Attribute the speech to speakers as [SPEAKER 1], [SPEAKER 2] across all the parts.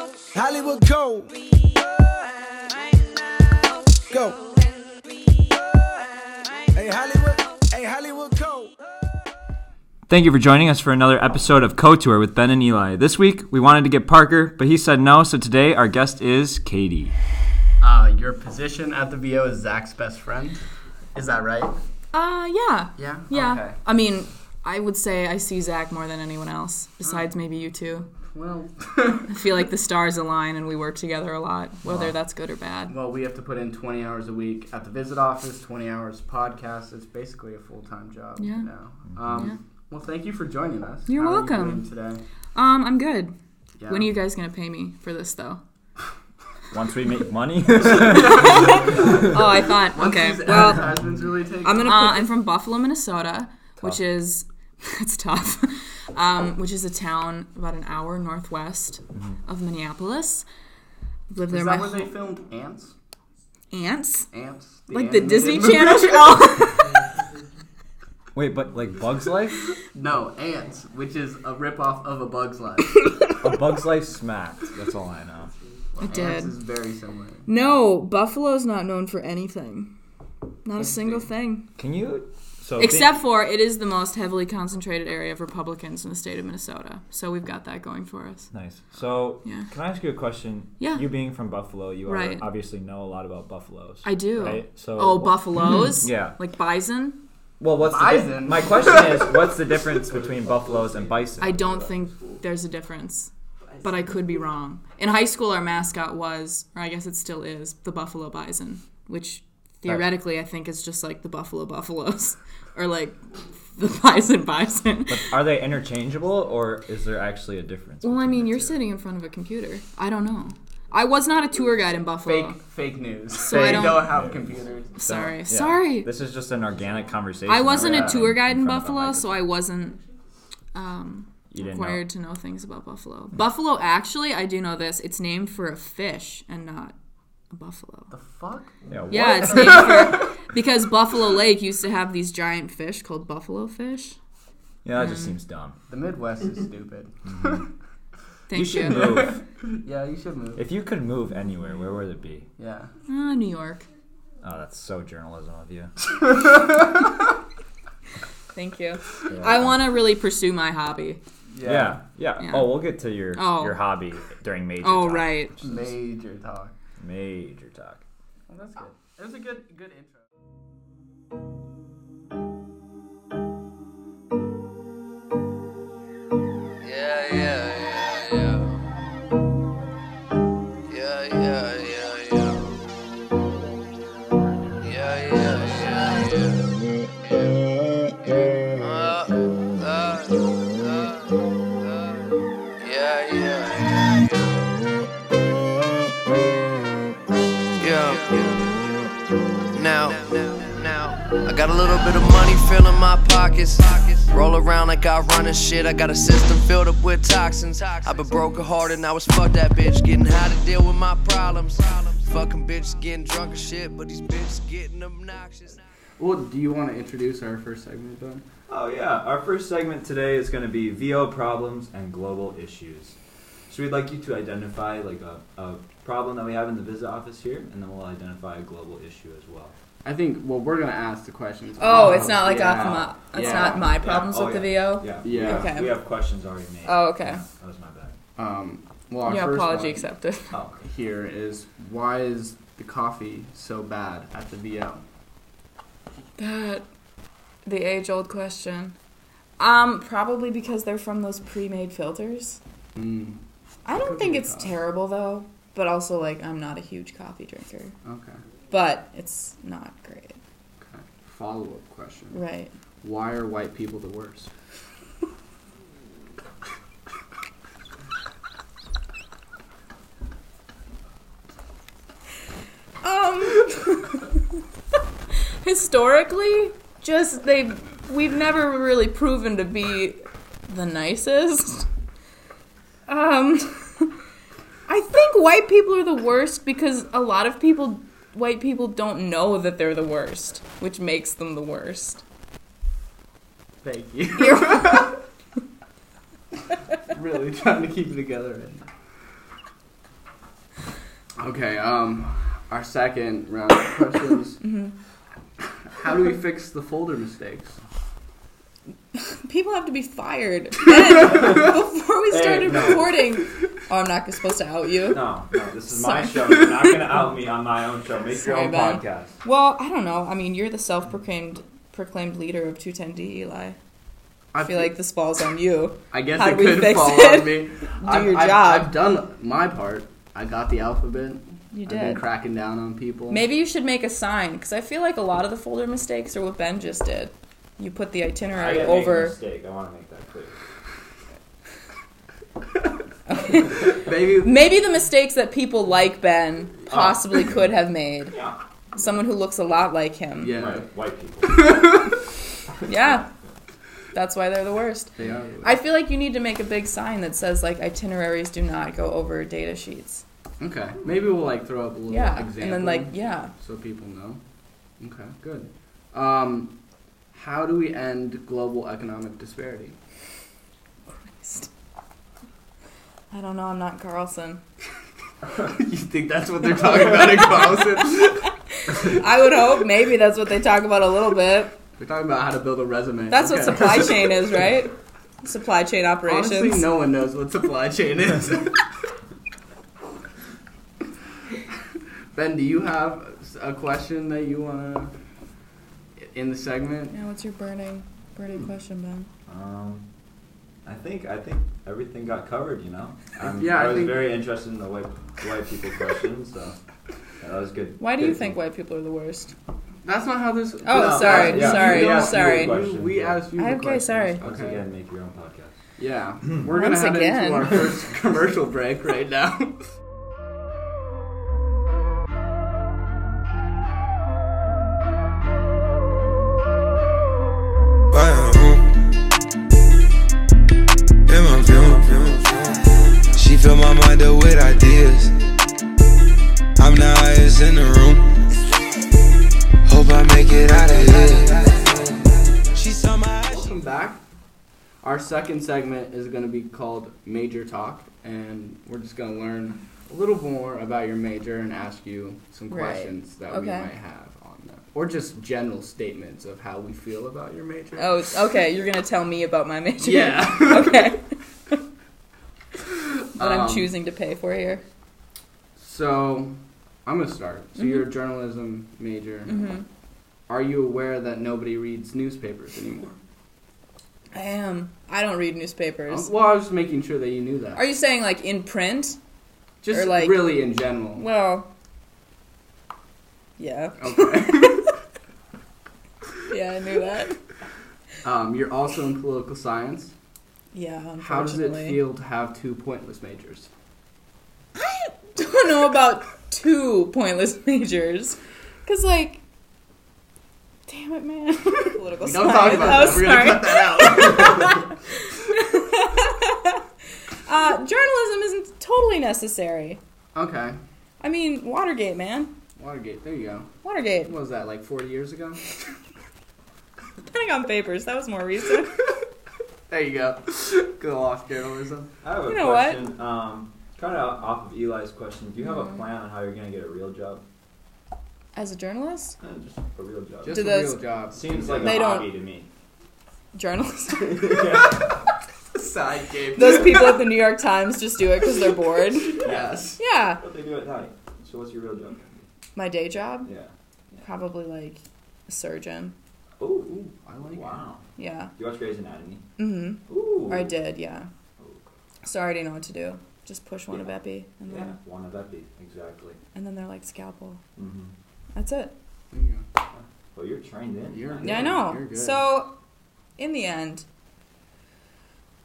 [SPEAKER 1] Hollywood gold. Go. Hey Hollywood, hey Hollywood gold.
[SPEAKER 2] Thank you for joining us for another episode of Co-Tour with Ben and Eli. This week, we wanted to get Parker, but he said no, so today our guest is Katie.
[SPEAKER 3] Uh, your position at the VO is Zach's best friend. Is that right?
[SPEAKER 4] Uh, yeah.
[SPEAKER 3] Yeah?
[SPEAKER 4] Yeah.
[SPEAKER 3] Okay.
[SPEAKER 4] I mean, I would say I see Zach more than anyone else, besides maybe you two.
[SPEAKER 3] Well,
[SPEAKER 4] I feel like the stars align and we work together a lot, whether that's good or bad.
[SPEAKER 3] well, we have to put in 20 hours a week at the visit office, 20 hours podcast. It's basically a full time job
[SPEAKER 4] Yeah.
[SPEAKER 3] now. Um, Well, thank you for joining us.
[SPEAKER 4] You're
[SPEAKER 3] How are you
[SPEAKER 4] welcome.
[SPEAKER 3] doing today?
[SPEAKER 4] Um, I'm good.
[SPEAKER 3] Yeah.
[SPEAKER 4] When are you guys gonna pay me for this though?
[SPEAKER 2] Once we make money,
[SPEAKER 4] Oh, I thought.
[SPEAKER 3] Once
[SPEAKER 4] okay.
[SPEAKER 3] these
[SPEAKER 4] Well,
[SPEAKER 3] advertisements really take.
[SPEAKER 4] I'm gonna. Uh, I'm from Buffalo, Minnesota, which is it's tough. Um, which is a town about an hour northwest of Minneapolis. Lived there
[SPEAKER 3] is
[SPEAKER 4] my
[SPEAKER 3] that where
[SPEAKER 4] whole
[SPEAKER 3] they filmed Ants?
[SPEAKER 4] ants,
[SPEAKER 3] Ants?
[SPEAKER 4] like the
[SPEAKER 3] animated
[SPEAKER 4] Disney
[SPEAKER 3] movie?
[SPEAKER 4] Channel show.
[SPEAKER 2] wait, but like Bugs Life,
[SPEAKER 3] No, Ants, which is a ripoff of A Bug's Life.
[SPEAKER 2] a Bugs Life smacked. That's all I know.
[SPEAKER 4] it
[SPEAKER 3] Ants
[SPEAKER 4] did.
[SPEAKER 3] is very similar.
[SPEAKER 4] No, Buffalo's not known for anything. Not a single thing.
[SPEAKER 2] Can you? So
[SPEAKER 4] Except for it is the most heavily concentrated area of Republicans in the state of Minnesota. So we've got that going for us.
[SPEAKER 2] nice. So
[SPEAKER 4] Yeah.
[SPEAKER 2] can I ask you a question?
[SPEAKER 4] Yeah.
[SPEAKER 2] You being from Buffalo, you
[SPEAKER 4] Right.
[SPEAKER 2] are, obviously know a lot about buffaloes.
[SPEAKER 4] I do.
[SPEAKER 2] Right. So
[SPEAKER 4] oh, buffaloes?
[SPEAKER 2] Yeah.
[SPEAKER 4] Like bison?
[SPEAKER 2] Well, what's the di-
[SPEAKER 3] Bison.
[SPEAKER 2] my question is, what's the difference between buffaloes and bison?
[SPEAKER 4] I don't think there's a difference, but I could be wrong. In high school, our mascot was, or I guess it still is, the buffalo bison, which theoretically I think is just like the buffalo buffaloes, or like the bison bison.
[SPEAKER 2] Are they interchangeable, or is there actually a difference?
[SPEAKER 4] Well, I
[SPEAKER 2] between
[SPEAKER 4] mean,
[SPEAKER 2] the
[SPEAKER 4] you're
[SPEAKER 2] two?
[SPEAKER 4] sitting in front of a computer. I don't know. I was not a tour guide in Buffalo.
[SPEAKER 3] Fake, fake news.
[SPEAKER 4] So
[SPEAKER 3] they
[SPEAKER 4] I don't-
[SPEAKER 3] have computers.
[SPEAKER 2] So,
[SPEAKER 4] Sorry,
[SPEAKER 2] yeah.
[SPEAKER 4] sorry.
[SPEAKER 2] This is just an organic conversation.
[SPEAKER 4] I wasn't
[SPEAKER 2] that we're
[SPEAKER 4] a tour
[SPEAKER 2] having
[SPEAKER 4] guide in
[SPEAKER 2] front of a
[SPEAKER 4] Buffalo, so
[SPEAKER 2] microphone.
[SPEAKER 4] I wasn't um,
[SPEAKER 2] you didn't know.
[SPEAKER 4] required to know things about Buffalo. Buffalo, actually, I do know this. It's named for a fish and not a buffalo.
[SPEAKER 3] The fuck?
[SPEAKER 2] Yeah,
[SPEAKER 4] Yeah, it's named for because Buffalo Lake used to have these giant fish called buffalo fish.
[SPEAKER 2] Yeah, that just seems dumb.
[SPEAKER 3] The Midwest is stupid.
[SPEAKER 4] Thank
[SPEAKER 2] you
[SPEAKER 4] you.
[SPEAKER 2] should move.
[SPEAKER 3] yeah, you should move.
[SPEAKER 2] if you could move anywhere, where would it be?
[SPEAKER 3] Yeah.
[SPEAKER 4] Uh, New York.
[SPEAKER 2] Oh, that's so journalism of you.
[SPEAKER 4] Thank you. I want to really pursue my hobby.
[SPEAKER 2] Yeah, yeah.
[SPEAKER 4] Yeah.
[SPEAKER 2] Oh, we'll get to your
[SPEAKER 4] Oh.
[SPEAKER 2] your hobby during major.
[SPEAKER 4] Oh,
[SPEAKER 2] talk.
[SPEAKER 4] right.
[SPEAKER 3] Major talk.
[SPEAKER 2] Major talk.
[SPEAKER 3] Well, that's good. It was a good good intro.
[SPEAKER 5] Yeah, yeah, yeah, yeah. Yeah, yeah, yeah, yeah. Yeah, yeah, yeah, yeah. Uh, uh, uh, uh. Yeah, yeah, yeah, yeah. Yeah. Now, now, I got a little bit of money filling my pockets. Roll around like I run and shit. I got a system filled up with toxins. I've been broken hearted and I was fucked that bitch. Getting how to deal with my problems. Fucking bitches getting drunk and shit, but these bitches getting obnoxious.
[SPEAKER 3] Well, do you want to introduce our first segment, then?
[SPEAKER 2] Oh yeah, our first segment today is going to be VO problems and global issues. So we'd like you to identify like a, a problem that we have in the visit office here, and then we'll identify a global issue as well.
[SPEAKER 3] I think, well, we're going to ask the questions.
[SPEAKER 4] Oh, it's not like
[SPEAKER 3] yeah.
[SPEAKER 4] off my. It's
[SPEAKER 3] Yeah.
[SPEAKER 4] not my
[SPEAKER 2] Yeah.
[SPEAKER 4] problems
[SPEAKER 2] Oh,
[SPEAKER 4] with the VO.
[SPEAKER 2] Yeah.
[SPEAKER 3] Yeah.
[SPEAKER 4] Okay.
[SPEAKER 2] We have questions already made.
[SPEAKER 4] Oh, okay.
[SPEAKER 2] Yeah, that was my bad.
[SPEAKER 3] Um, well, our
[SPEAKER 4] Your
[SPEAKER 3] first
[SPEAKER 4] apology
[SPEAKER 3] one
[SPEAKER 4] accepted.
[SPEAKER 2] Oh, okay.
[SPEAKER 3] here is why is the coffee so bad at the VO?
[SPEAKER 4] That the age old question. Um, probably because they're from those pre-made filters.
[SPEAKER 3] Mm,
[SPEAKER 4] I don't
[SPEAKER 3] Could
[SPEAKER 4] think
[SPEAKER 3] be
[SPEAKER 4] it's
[SPEAKER 3] that.
[SPEAKER 4] terrible though, but also like I'm not a huge coffee drinker,
[SPEAKER 3] okay.
[SPEAKER 4] but it's not great.
[SPEAKER 3] okay. Follow up question
[SPEAKER 4] Right.
[SPEAKER 3] Why are white people the worst?
[SPEAKER 4] Um historically, just they we've never really proven to be the nicest. Um I think white people are the worst because a lot of people white people don't know that they're the worst, which makes them the worst.
[SPEAKER 3] Thank you.
[SPEAKER 4] You're-
[SPEAKER 3] really trying to keep it together right now. Okay, um, our second round of questions.
[SPEAKER 4] Mm-hmm.
[SPEAKER 3] How do we fix the folder mistakes?
[SPEAKER 4] People have to be fired. Ben, before we
[SPEAKER 2] Hey,
[SPEAKER 4] started
[SPEAKER 2] no.
[SPEAKER 4] recording, oh, I'm not supposed to out you.
[SPEAKER 2] No, no, this is my
[SPEAKER 4] Sorry.
[SPEAKER 2] show. You're not gonna out me on my own show. Make your
[SPEAKER 4] Sorry,
[SPEAKER 2] own
[SPEAKER 4] bud.
[SPEAKER 2] podcast.
[SPEAKER 4] Well, I don't know. I mean, you're the self-proclaimed proclaimed leader of 210D, Eli. I feel like this falls on you.
[SPEAKER 3] I guess
[SPEAKER 4] how
[SPEAKER 3] it
[SPEAKER 4] do we
[SPEAKER 3] could
[SPEAKER 4] fix
[SPEAKER 3] fall
[SPEAKER 4] it?
[SPEAKER 3] on me. Do
[SPEAKER 4] your
[SPEAKER 3] I've,
[SPEAKER 4] job.
[SPEAKER 3] I've done my part. I got the alphabet.
[SPEAKER 4] You
[SPEAKER 3] I've been
[SPEAKER 4] did.
[SPEAKER 3] cracking down on people.
[SPEAKER 4] Maybe you should make a sign because I feel like a lot of the folder mistakes are what Ben just did. You put the
[SPEAKER 2] I
[SPEAKER 4] itinerary
[SPEAKER 2] didn't make a
[SPEAKER 4] over.
[SPEAKER 2] mistake. I want to make that clear.
[SPEAKER 3] Maybe
[SPEAKER 4] Maybe the mistakes that people like Ben
[SPEAKER 3] Ah.
[SPEAKER 4] possibly could have made.
[SPEAKER 2] Yeah,
[SPEAKER 4] Someone who looks a lot like him.
[SPEAKER 3] yeah,
[SPEAKER 2] right. White people.
[SPEAKER 4] Yeah. That's why they're the worst.
[SPEAKER 3] they are.
[SPEAKER 4] I feel like you need to make a big sign that says like itineraries do not go over data sheets.
[SPEAKER 3] okay, maybe we'll like throw up a little
[SPEAKER 4] Yeah.
[SPEAKER 3] example.
[SPEAKER 4] And then like yeah.
[SPEAKER 3] so people know. Okay, good. Um, how do we end global economic disparity?
[SPEAKER 4] I don't know, I'm not Carlson.
[SPEAKER 3] you think that's what they're talking about in Carlson?
[SPEAKER 4] I would hope maybe that's what they talk about a little bit.
[SPEAKER 3] They're talking about how to build a resume.
[SPEAKER 4] That's what
[SPEAKER 3] Okay.
[SPEAKER 4] supply chain is, right? Supply chain operations.
[SPEAKER 3] Honestly, no one knows what supply chain is. ben, do you have a question that you want to in the segment?
[SPEAKER 4] Yeah, what's your burning burning
[SPEAKER 3] Hmm.
[SPEAKER 4] question, Ben?
[SPEAKER 2] Um, I think I think everything got covered. You know, I'm,
[SPEAKER 3] Yeah,
[SPEAKER 2] I,
[SPEAKER 3] I
[SPEAKER 2] was
[SPEAKER 3] think-
[SPEAKER 2] very interested in the white white people question. So yeah, that was good.
[SPEAKER 4] Why do
[SPEAKER 2] good.
[SPEAKER 4] you think white people are the worst?
[SPEAKER 3] That's not how this.
[SPEAKER 4] Oh,
[SPEAKER 2] No,
[SPEAKER 4] sorry,
[SPEAKER 2] yeah,
[SPEAKER 4] sorry,
[SPEAKER 2] you asked me
[SPEAKER 4] sorry.
[SPEAKER 2] the question.
[SPEAKER 3] We asked you. the
[SPEAKER 4] Okay,
[SPEAKER 3] questions.
[SPEAKER 4] sorry.
[SPEAKER 2] Once again, make your own podcast.
[SPEAKER 3] Yeah, we're
[SPEAKER 4] Once
[SPEAKER 3] gonna head
[SPEAKER 4] again.
[SPEAKER 3] into our first commercial break right now.
[SPEAKER 6] Bye, ooh. In my feelings, feelings. She fill my mind up with ideas. I'm the highest in the room. Hope I make it out of here. She saw my eyes.
[SPEAKER 3] Welcome back. Our second segment is going to be called Major Talk, and we're just going to learn a little more about your major and ask you some
[SPEAKER 4] Right.
[SPEAKER 3] questions that we
[SPEAKER 4] Okay.
[SPEAKER 3] might have on that, or just general statements of how we feel about your major.
[SPEAKER 4] Oh, okay, you're gonna tell me about my major.
[SPEAKER 3] yeah.
[SPEAKER 4] okay. What I'm
[SPEAKER 3] Um,
[SPEAKER 4] choosing to pay for here.
[SPEAKER 3] So I'm going to start. So
[SPEAKER 4] Mm-hmm.
[SPEAKER 3] you're a journalism major.
[SPEAKER 4] hmm
[SPEAKER 3] Are you aware that nobody reads newspapers anymore?
[SPEAKER 4] I am. I don't read
[SPEAKER 3] Um,
[SPEAKER 4] newspapers.
[SPEAKER 3] well, I was just making sure that you knew that.
[SPEAKER 4] Are you saying like in print?
[SPEAKER 3] just
[SPEAKER 4] or, like-
[SPEAKER 3] really in general.
[SPEAKER 4] Well, yeah,
[SPEAKER 3] okay.
[SPEAKER 4] yeah, I knew that.
[SPEAKER 3] um, you're also in political science.
[SPEAKER 4] Yeah, unfortunately.
[SPEAKER 3] How does it feel to have two pointless majors?
[SPEAKER 4] Don't know about two pointless majors, cause like, damn it, man. Political
[SPEAKER 3] We don't talk about that.
[SPEAKER 4] science.
[SPEAKER 3] We're
[SPEAKER 4] Oh,
[SPEAKER 3] gonna cut that out.
[SPEAKER 4] Uh, journalism isn't totally necessary.
[SPEAKER 3] okay.
[SPEAKER 4] I mean, Watergate, man.
[SPEAKER 3] Watergate. There you go.
[SPEAKER 4] Watergate.
[SPEAKER 3] What was that? Like 40 years ago?
[SPEAKER 4] Pentagon Papers. That was more recent.
[SPEAKER 3] There you go. Good off journalism.
[SPEAKER 2] I have a
[SPEAKER 4] You know what?
[SPEAKER 2] question. Um, kind of off of Eli's question. Do you have a
[SPEAKER 4] Mm-hmm.
[SPEAKER 2] plan on how you're gonna get a real job?
[SPEAKER 4] As a journalist,
[SPEAKER 2] Eh, just a real job.
[SPEAKER 3] Just
[SPEAKER 4] Do
[SPEAKER 3] a
[SPEAKER 4] those-
[SPEAKER 3] real job.
[SPEAKER 2] Seems like
[SPEAKER 4] They
[SPEAKER 2] a
[SPEAKER 4] don't-
[SPEAKER 2] hobby to me.
[SPEAKER 4] journalist.
[SPEAKER 3] side game.
[SPEAKER 4] Those people at the New York Times just do it because they're bored.
[SPEAKER 3] yes.
[SPEAKER 4] Yeah,
[SPEAKER 2] What they do at night. So what's your real job?
[SPEAKER 4] my day job
[SPEAKER 2] Yeah.
[SPEAKER 4] probably like a surgeon.
[SPEAKER 2] Ooh. ooh.
[SPEAKER 3] I like
[SPEAKER 2] Wow.
[SPEAKER 4] Yeah.
[SPEAKER 2] Do you watch Grey's Anatomy?
[SPEAKER 4] Mm-hmm.
[SPEAKER 2] Ooh.
[SPEAKER 4] Or I did. Yeah. So I already know what to do. Just push one of
[SPEAKER 2] Yeah.
[SPEAKER 4] epi, and
[SPEAKER 2] Yeah.
[SPEAKER 4] then
[SPEAKER 2] One of Epi. Exactly.
[SPEAKER 4] and then they're like scalpel.
[SPEAKER 2] Mm-hmm.
[SPEAKER 4] That's it.
[SPEAKER 3] it. There you go.
[SPEAKER 2] Well, you're trained in.
[SPEAKER 3] You're-
[SPEAKER 4] Yeah, I
[SPEAKER 3] Good.
[SPEAKER 4] know.
[SPEAKER 3] You're good.
[SPEAKER 4] So, in the end,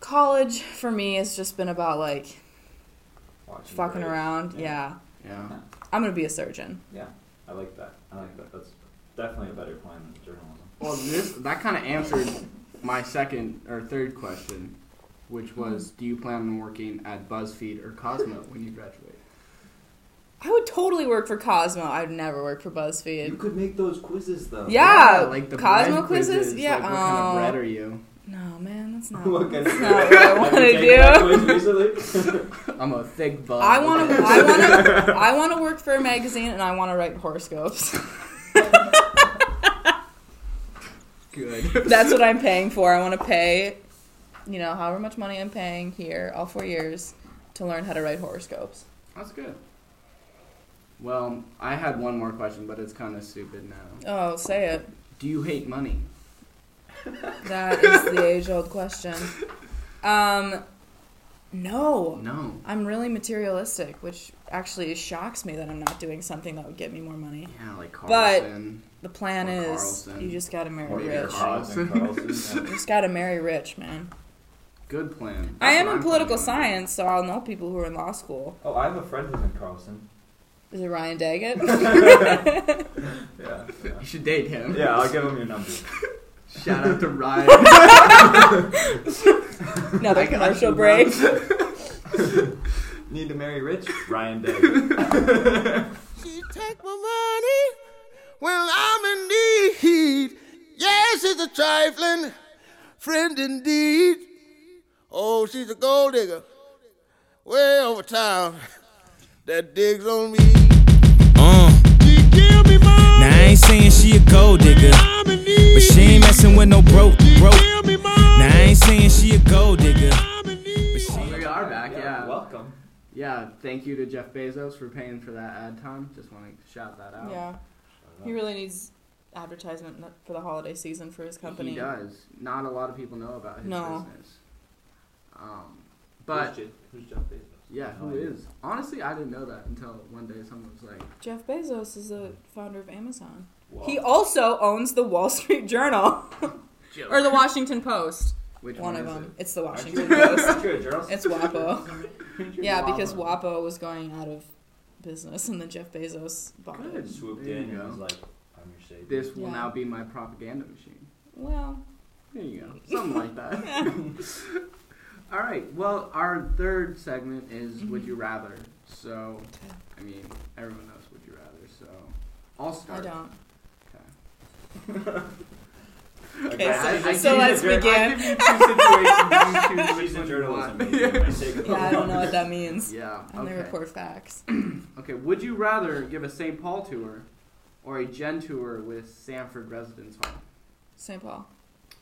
[SPEAKER 4] college for me has just been about like
[SPEAKER 2] Watching
[SPEAKER 4] fucking
[SPEAKER 2] Grey's.
[SPEAKER 4] around.
[SPEAKER 2] Yeah.
[SPEAKER 4] Yeah.
[SPEAKER 3] Yeah.
[SPEAKER 4] I'm gonna be a surgeon.
[SPEAKER 2] Yeah, I like that. I like that. That's definitely a better plan than journalism.
[SPEAKER 3] Well, this that kind of answered my second or third question, which was, do you plan on working at BuzzFeed or Cosmo when you graduate?
[SPEAKER 4] I would totally work for Cosmo. I'd never work for BuzzFeed.
[SPEAKER 2] You could make those quizzes though.
[SPEAKER 4] Yeah,
[SPEAKER 3] like the
[SPEAKER 4] Cosmo
[SPEAKER 3] bread
[SPEAKER 4] quizzes? Yeah,
[SPEAKER 3] Like, what kind
[SPEAKER 4] oh.
[SPEAKER 3] of bread are you?
[SPEAKER 4] No, man, That's not,
[SPEAKER 2] What kind
[SPEAKER 4] that's
[SPEAKER 2] of-
[SPEAKER 4] not what I want
[SPEAKER 2] Have you
[SPEAKER 4] to
[SPEAKER 2] taken that
[SPEAKER 4] do.
[SPEAKER 2] quiz recently?
[SPEAKER 3] I'm a thick bug.
[SPEAKER 4] I want to. I want to. I want to work for a magazine, and I want to write horoscopes.
[SPEAKER 3] Good.
[SPEAKER 4] That's what I'm paying for. I want to pay, you know, however much money I'm paying here, all four years, to learn how to write horoscopes.
[SPEAKER 3] That's good. Well, I had one more question, but it's kind of stupid now.
[SPEAKER 4] Oh, say it.
[SPEAKER 3] Do you hate money?
[SPEAKER 4] That is the age-old question. Um, no,
[SPEAKER 3] No.
[SPEAKER 4] I'm really materialistic, which actually shocks me that I'm not doing something that would get me more money.
[SPEAKER 3] Yeah, like
[SPEAKER 4] But-
[SPEAKER 3] Carlson.
[SPEAKER 4] The plan
[SPEAKER 3] Or
[SPEAKER 4] is
[SPEAKER 3] Carlson.
[SPEAKER 4] you just gotta marry
[SPEAKER 3] Or
[SPEAKER 2] Maybe
[SPEAKER 4] rich.
[SPEAKER 3] Carl-
[SPEAKER 2] Carlson, Carlson,
[SPEAKER 4] You
[SPEAKER 2] yeah.
[SPEAKER 4] just gotta marry rich, man.
[SPEAKER 3] Good plan.
[SPEAKER 4] I
[SPEAKER 3] That's what
[SPEAKER 4] am in
[SPEAKER 3] I'm
[SPEAKER 4] political
[SPEAKER 3] planning on.
[SPEAKER 4] science, so I'll know people who are in law school.
[SPEAKER 2] Oh, I have a friend who's in Carlson.
[SPEAKER 4] Is it Ryan Daggett?
[SPEAKER 2] Yeah.
[SPEAKER 3] You should date him.
[SPEAKER 2] Yeah, I'll give him your number.
[SPEAKER 3] Shout out to Ryan.
[SPEAKER 4] Another
[SPEAKER 3] I got
[SPEAKER 4] commercial
[SPEAKER 3] you,
[SPEAKER 4] break.
[SPEAKER 2] Need to marry rich? Ryan Day.
[SPEAKER 7] She take my money when I'm in need. Yes, she's a trifling friend indeed. Oh, she's a gold digger way over town that digs on me.
[SPEAKER 8] Uh,
[SPEAKER 7] She give me money.
[SPEAKER 8] now I ain't saying she a gold digger,
[SPEAKER 7] I'm in need.
[SPEAKER 8] but she ain't messing with no broke, broke.
[SPEAKER 7] Give me money.
[SPEAKER 8] Now I ain't saying she a gold digger.
[SPEAKER 7] I'm in need.
[SPEAKER 3] Oh, we are back, yeah.
[SPEAKER 2] Welcome.
[SPEAKER 3] Yeah, thank you to Jeff Bezos for paying for that ad time. Just want to shout that out.
[SPEAKER 4] Yeah. He really needs advertisement for the holiday season for his company.
[SPEAKER 3] He does. Not a lot of people know about his
[SPEAKER 4] No.
[SPEAKER 3] business. Um, but
[SPEAKER 2] who's, Je- who's Jeff Bezos?
[SPEAKER 3] yeah, who is? Honestly, I didn't know that until one day someone was like,
[SPEAKER 4] Jeff Bezos is the founder of Amazon.
[SPEAKER 2] Wow.
[SPEAKER 4] He also owns the Wall Street Journal or the Washington Post.
[SPEAKER 3] "Which
[SPEAKER 4] One
[SPEAKER 3] one,
[SPEAKER 4] of
[SPEAKER 3] is
[SPEAKER 4] them. It's the
[SPEAKER 2] Aren't
[SPEAKER 4] Washington
[SPEAKER 2] you-
[SPEAKER 4] Post.
[SPEAKER 2] aren't you a journalist?
[SPEAKER 4] It's WAPO.
[SPEAKER 3] it?"
[SPEAKER 4] Yeah, because WAPO was going out of business and then Jeff Bezos bought
[SPEAKER 3] Good.
[SPEAKER 4] it.
[SPEAKER 2] Swooped
[SPEAKER 3] There you
[SPEAKER 2] in
[SPEAKER 3] go.
[SPEAKER 2] and was like, I'm your savior.
[SPEAKER 3] This will
[SPEAKER 4] Yeah.
[SPEAKER 3] now be my propaganda machine.
[SPEAKER 4] Well,
[SPEAKER 3] There you go. Something like that. All right. Well, our third segment is
[SPEAKER 4] Mm-hmm.
[SPEAKER 3] Would You Rather. So, I mean, everyone knows Would You Rather. So, I'll
[SPEAKER 4] I
[SPEAKER 3] start.
[SPEAKER 4] don't.
[SPEAKER 3] Okay.
[SPEAKER 4] Okay,
[SPEAKER 3] I- I give you
[SPEAKER 4] so, so let's
[SPEAKER 3] the jour- I
[SPEAKER 4] begin.
[SPEAKER 3] give you two situations, you
[SPEAKER 2] She's in journalism.
[SPEAKER 3] choose which one you want.
[SPEAKER 4] Yeah, I don't know what that means.
[SPEAKER 3] Yeah.
[SPEAKER 4] I only
[SPEAKER 3] Okay.
[SPEAKER 4] report facts.
[SPEAKER 3] Okay. Would you rather give a St. Paul tour or a Gen tour with Sanford Residence Hall?
[SPEAKER 4] St. Paul.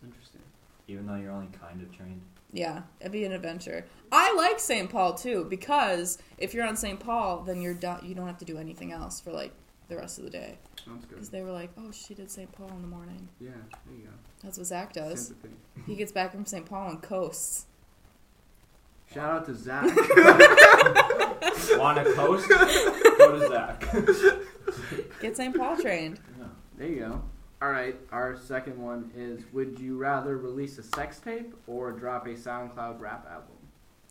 [SPEAKER 3] Interesting.
[SPEAKER 2] Even though you're only kind of trained.
[SPEAKER 4] Yeah, it'd be an adventure. I like St. Paul too because if you're on St. Paul, then you're done. You don't have to do anything else for like the rest of the day.
[SPEAKER 3] Sounds good.
[SPEAKER 4] Because they were like, "Oh, she did St. Paul in the morning."
[SPEAKER 3] Yeah. There you go.
[SPEAKER 4] That's what Zach does.
[SPEAKER 3] Sympathy.
[SPEAKER 4] He gets back from St. Paul and coasts.
[SPEAKER 3] Shout out to Zach.
[SPEAKER 2] Want to coast? Go to Zach.
[SPEAKER 4] Get St. Paul trained.
[SPEAKER 3] There you go. All right, our second one is Would you rather release a sex tape or drop a SoundCloud rap album?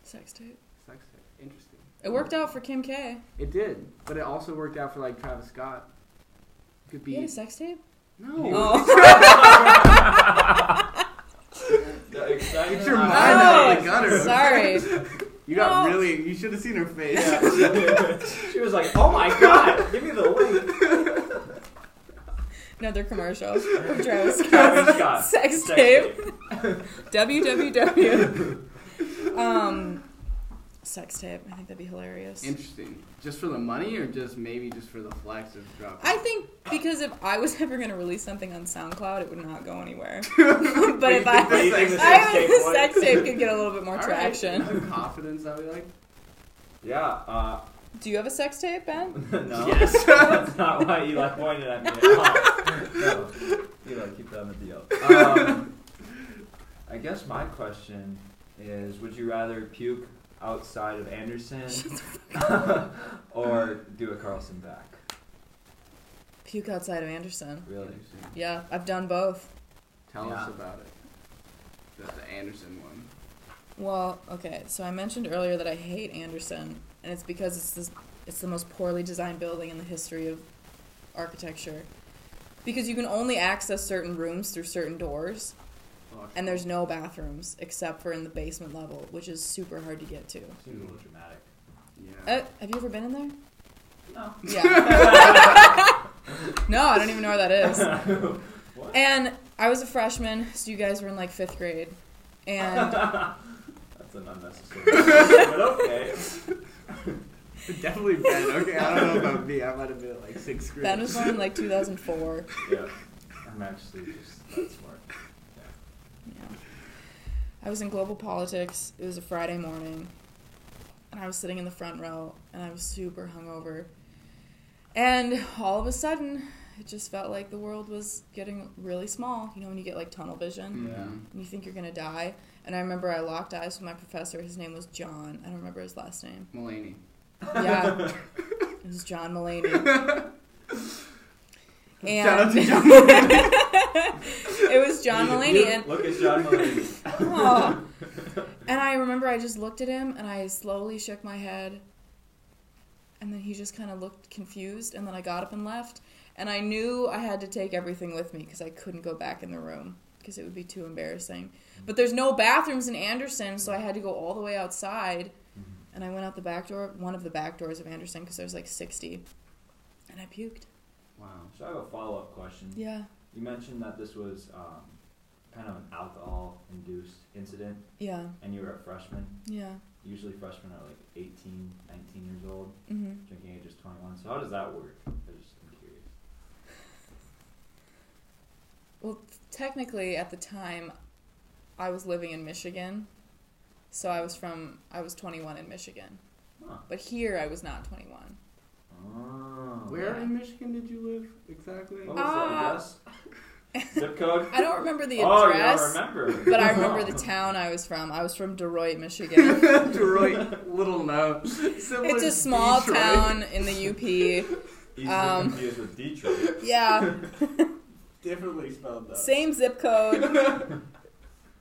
[SPEAKER 4] Sex tape.
[SPEAKER 3] Sex tape. Interesting.
[SPEAKER 4] It worked out for Kim K.
[SPEAKER 3] It did, but it also worked out for like Travis Scott. Could
[SPEAKER 4] He had
[SPEAKER 3] be.
[SPEAKER 4] a sex tape.
[SPEAKER 3] No.
[SPEAKER 4] Oh,
[SPEAKER 3] Get your mind
[SPEAKER 2] Excited.
[SPEAKER 3] out of
[SPEAKER 4] Oh,
[SPEAKER 3] the gutter.
[SPEAKER 4] sorry.
[SPEAKER 3] You got
[SPEAKER 4] No.
[SPEAKER 3] really. You should have seen her face.
[SPEAKER 2] She was like, oh my god, give me the link.
[SPEAKER 4] Another commercial. from Travis
[SPEAKER 2] Travis
[SPEAKER 4] Scott.
[SPEAKER 2] Scott.
[SPEAKER 4] Sex tape. www. um, sex tape. I think that'd be hilarious.
[SPEAKER 3] Interesting. Just for the money, or just maybe just for the flex of dropping?
[SPEAKER 4] I think because if I was ever going to release something on SoundCloud, it would not go anywhere. but if I,
[SPEAKER 2] But you think the sex
[SPEAKER 4] I
[SPEAKER 2] tape
[SPEAKER 4] the
[SPEAKER 2] would?
[SPEAKER 4] sex tape could get a little bit more
[SPEAKER 3] All right.
[SPEAKER 4] traction.
[SPEAKER 3] Another confidence that we like.
[SPEAKER 2] Yeah, uh,
[SPEAKER 4] Do you have a sex tape, Ben?
[SPEAKER 2] no.
[SPEAKER 3] Yes.
[SPEAKER 2] That's not why Eli pointed at me. At all. No. Eli, keep that on the deal. Um, I guess my question is: Would you rather puke outside of Anderson or do a Carlson back?
[SPEAKER 4] Puke outside of Anderson.
[SPEAKER 2] Really?
[SPEAKER 3] Interesting.
[SPEAKER 4] Yeah, I've done both.
[SPEAKER 3] Tell
[SPEAKER 2] Yeah.
[SPEAKER 3] us about it. The, the Anderson one.
[SPEAKER 4] Well, okay. So I mentioned earlier that I hate Anderson, and it's because it's this, it's the most poorly designed building in the history of architecture. Because you can only access certain rooms through certain doors,
[SPEAKER 3] Fuck.
[SPEAKER 4] and there's no bathrooms except for in the basement level, which is super hard to get to.
[SPEAKER 2] Seems a little dramatic.
[SPEAKER 3] Yeah.
[SPEAKER 4] Uh, have you ever been in there?
[SPEAKER 2] No.
[SPEAKER 4] Yeah. no, I don't even know where that is. And I was a freshman, so you guys were in like fifth grade. and
[SPEAKER 2] That's an unnecessary. but okay.
[SPEAKER 3] Definitely Ben. Okay, I don't know about me. I might have been like sixth grade.
[SPEAKER 4] Ben was born in like 2004.
[SPEAKER 2] Yeah. I'm actually just that smart.
[SPEAKER 4] Yeah. I was in global politics. It was a Friday morning, and I was sitting in the front row, and I was super hungover. And all of a sudden, it just felt like the world was getting really small. You know, when you get like tunnel
[SPEAKER 3] Hmm.
[SPEAKER 4] vision
[SPEAKER 2] Yeah.
[SPEAKER 4] and you think you're gonna die. And I remember I locked eyes with my professor. His name was John. I don't remember his last name.
[SPEAKER 3] Mulaney.
[SPEAKER 4] Yeah. it was John Mulaney. And
[SPEAKER 3] Shout out to John.
[SPEAKER 4] it was John
[SPEAKER 2] You-
[SPEAKER 4] Mulaney.
[SPEAKER 2] you-
[SPEAKER 4] And,
[SPEAKER 2] Look at John Mulaney.
[SPEAKER 4] aw. and I remember I just looked at him and I slowly shook my head. And then he just kind of looked confused. And then I got up and left. And I knew I had to take everything with me because I couldn't go back in the room because it would be too embarrassing. But there's no bathrooms in Anderson, so I had to go all the way outside. And I went out the back door, one of the back doors of Anderson, because there's like 60. And I puked.
[SPEAKER 3] Wow.
[SPEAKER 2] So I have a follow up question.
[SPEAKER 4] Yeah.
[SPEAKER 2] You mentioned that this was um, kind of an alcohol induced incident,
[SPEAKER 4] Yeah.
[SPEAKER 2] and you were a freshman.
[SPEAKER 4] Yeah.
[SPEAKER 2] Usually, freshmen are like 18, 19 years old.
[SPEAKER 4] hmm
[SPEAKER 2] Drinking age is 21. So, how does that work? I just am curious.
[SPEAKER 4] Well, technically, at the time, I was living in Michigan. So I was from, I was 21 in Michigan.
[SPEAKER 2] Huh.
[SPEAKER 4] But here, I was not 21.
[SPEAKER 2] Oh.
[SPEAKER 3] Where in Michigan did you live exactly?
[SPEAKER 2] What was the address? Zip code?
[SPEAKER 4] Uh, I don't remember the
[SPEAKER 2] oh,
[SPEAKER 4] address,
[SPEAKER 2] you don't remember.
[SPEAKER 4] but I remember the town I was from. I was from Detroit, Michigan.
[SPEAKER 3] Detroit, little known.
[SPEAKER 4] Oh. it's a small town in the UP.
[SPEAKER 2] Easily
[SPEAKER 4] Um,
[SPEAKER 2] confused with Detroit.
[SPEAKER 4] Yeah.
[SPEAKER 3] Differently spelled though.
[SPEAKER 4] Same zip code.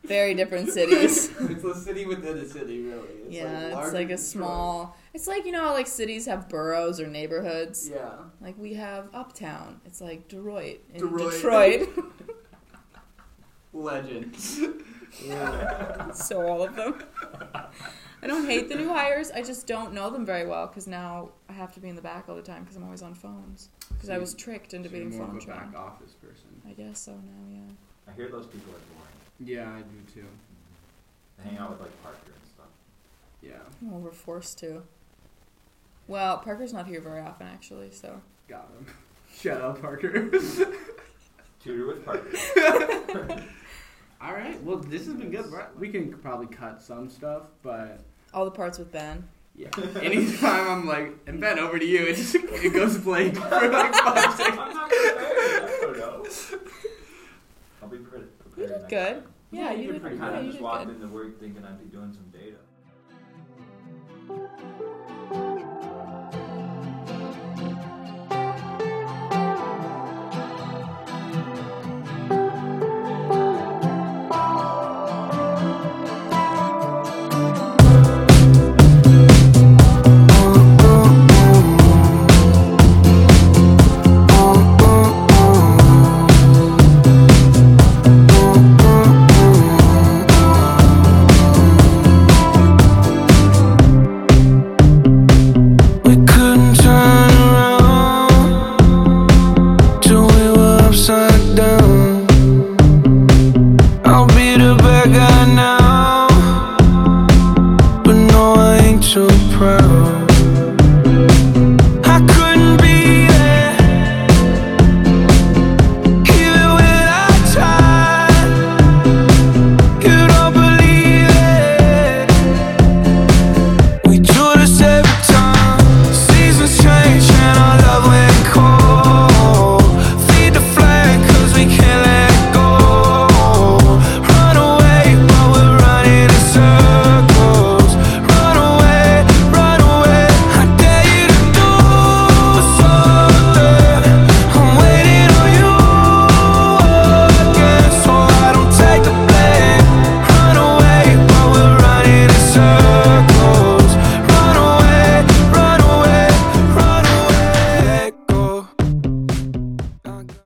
[SPEAKER 4] Very different cities.
[SPEAKER 3] It's a city within a city, really. It's
[SPEAKER 4] yeah,
[SPEAKER 3] larger
[SPEAKER 4] it's like a
[SPEAKER 3] than
[SPEAKER 4] small. It's like you know, how, like cities have boroughs or neighborhoods.
[SPEAKER 3] Detroit. Yeah.
[SPEAKER 4] Like we have Uptown. It's like Detroit in
[SPEAKER 3] Detroit.
[SPEAKER 4] Detroit.
[SPEAKER 3] Legend.
[SPEAKER 4] so all of them. I don't hate the new hires. I just don't know them very well because now I have to be in the back all the time because I'm always on phones. Because I was tricked into
[SPEAKER 3] So you're
[SPEAKER 4] being
[SPEAKER 3] more
[SPEAKER 4] phone
[SPEAKER 3] of a back
[SPEAKER 4] trained.
[SPEAKER 3] office person.
[SPEAKER 4] I guess so now. Yeah.
[SPEAKER 2] I hear those people are boring.
[SPEAKER 3] Yeah, I do too.
[SPEAKER 2] They hang out with like Parker and stuff.
[SPEAKER 3] Yeah,
[SPEAKER 4] Well, we're forced to. Well, Parker's not here very often actually, so.
[SPEAKER 3] got him. Shout out Parker.
[SPEAKER 2] Tutor with Parker.
[SPEAKER 3] All right. Well, this has been good. right? We can probably cut some stuff, but
[SPEAKER 4] All the parts with Ben.
[SPEAKER 3] yeah. Anytime I'm like, and Ben, over to you. It just it goes blank for like five seconds.
[SPEAKER 2] I'm not gonna I don't know. I'll be pre- prepared.
[SPEAKER 4] You did
[SPEAKER 2] next
[SPEAKER 4] good.
[SPEAKER 2] time.
[SPEAKER 4] Yeah, you
[SPEAKER 2] I
[SPEAKER 4] did,
[SPEAKER 2] kind
[SPEAKER 4] yeah,
[SPEAKER 2] of
[SPEAKER 4] you
[SPEAKER 2] just
[SPEAKER 4] did
[SPEAKER 2] walked
[SPEAKER 4] good.
[SPEAKER 2] into work thinking I'd be doing some data.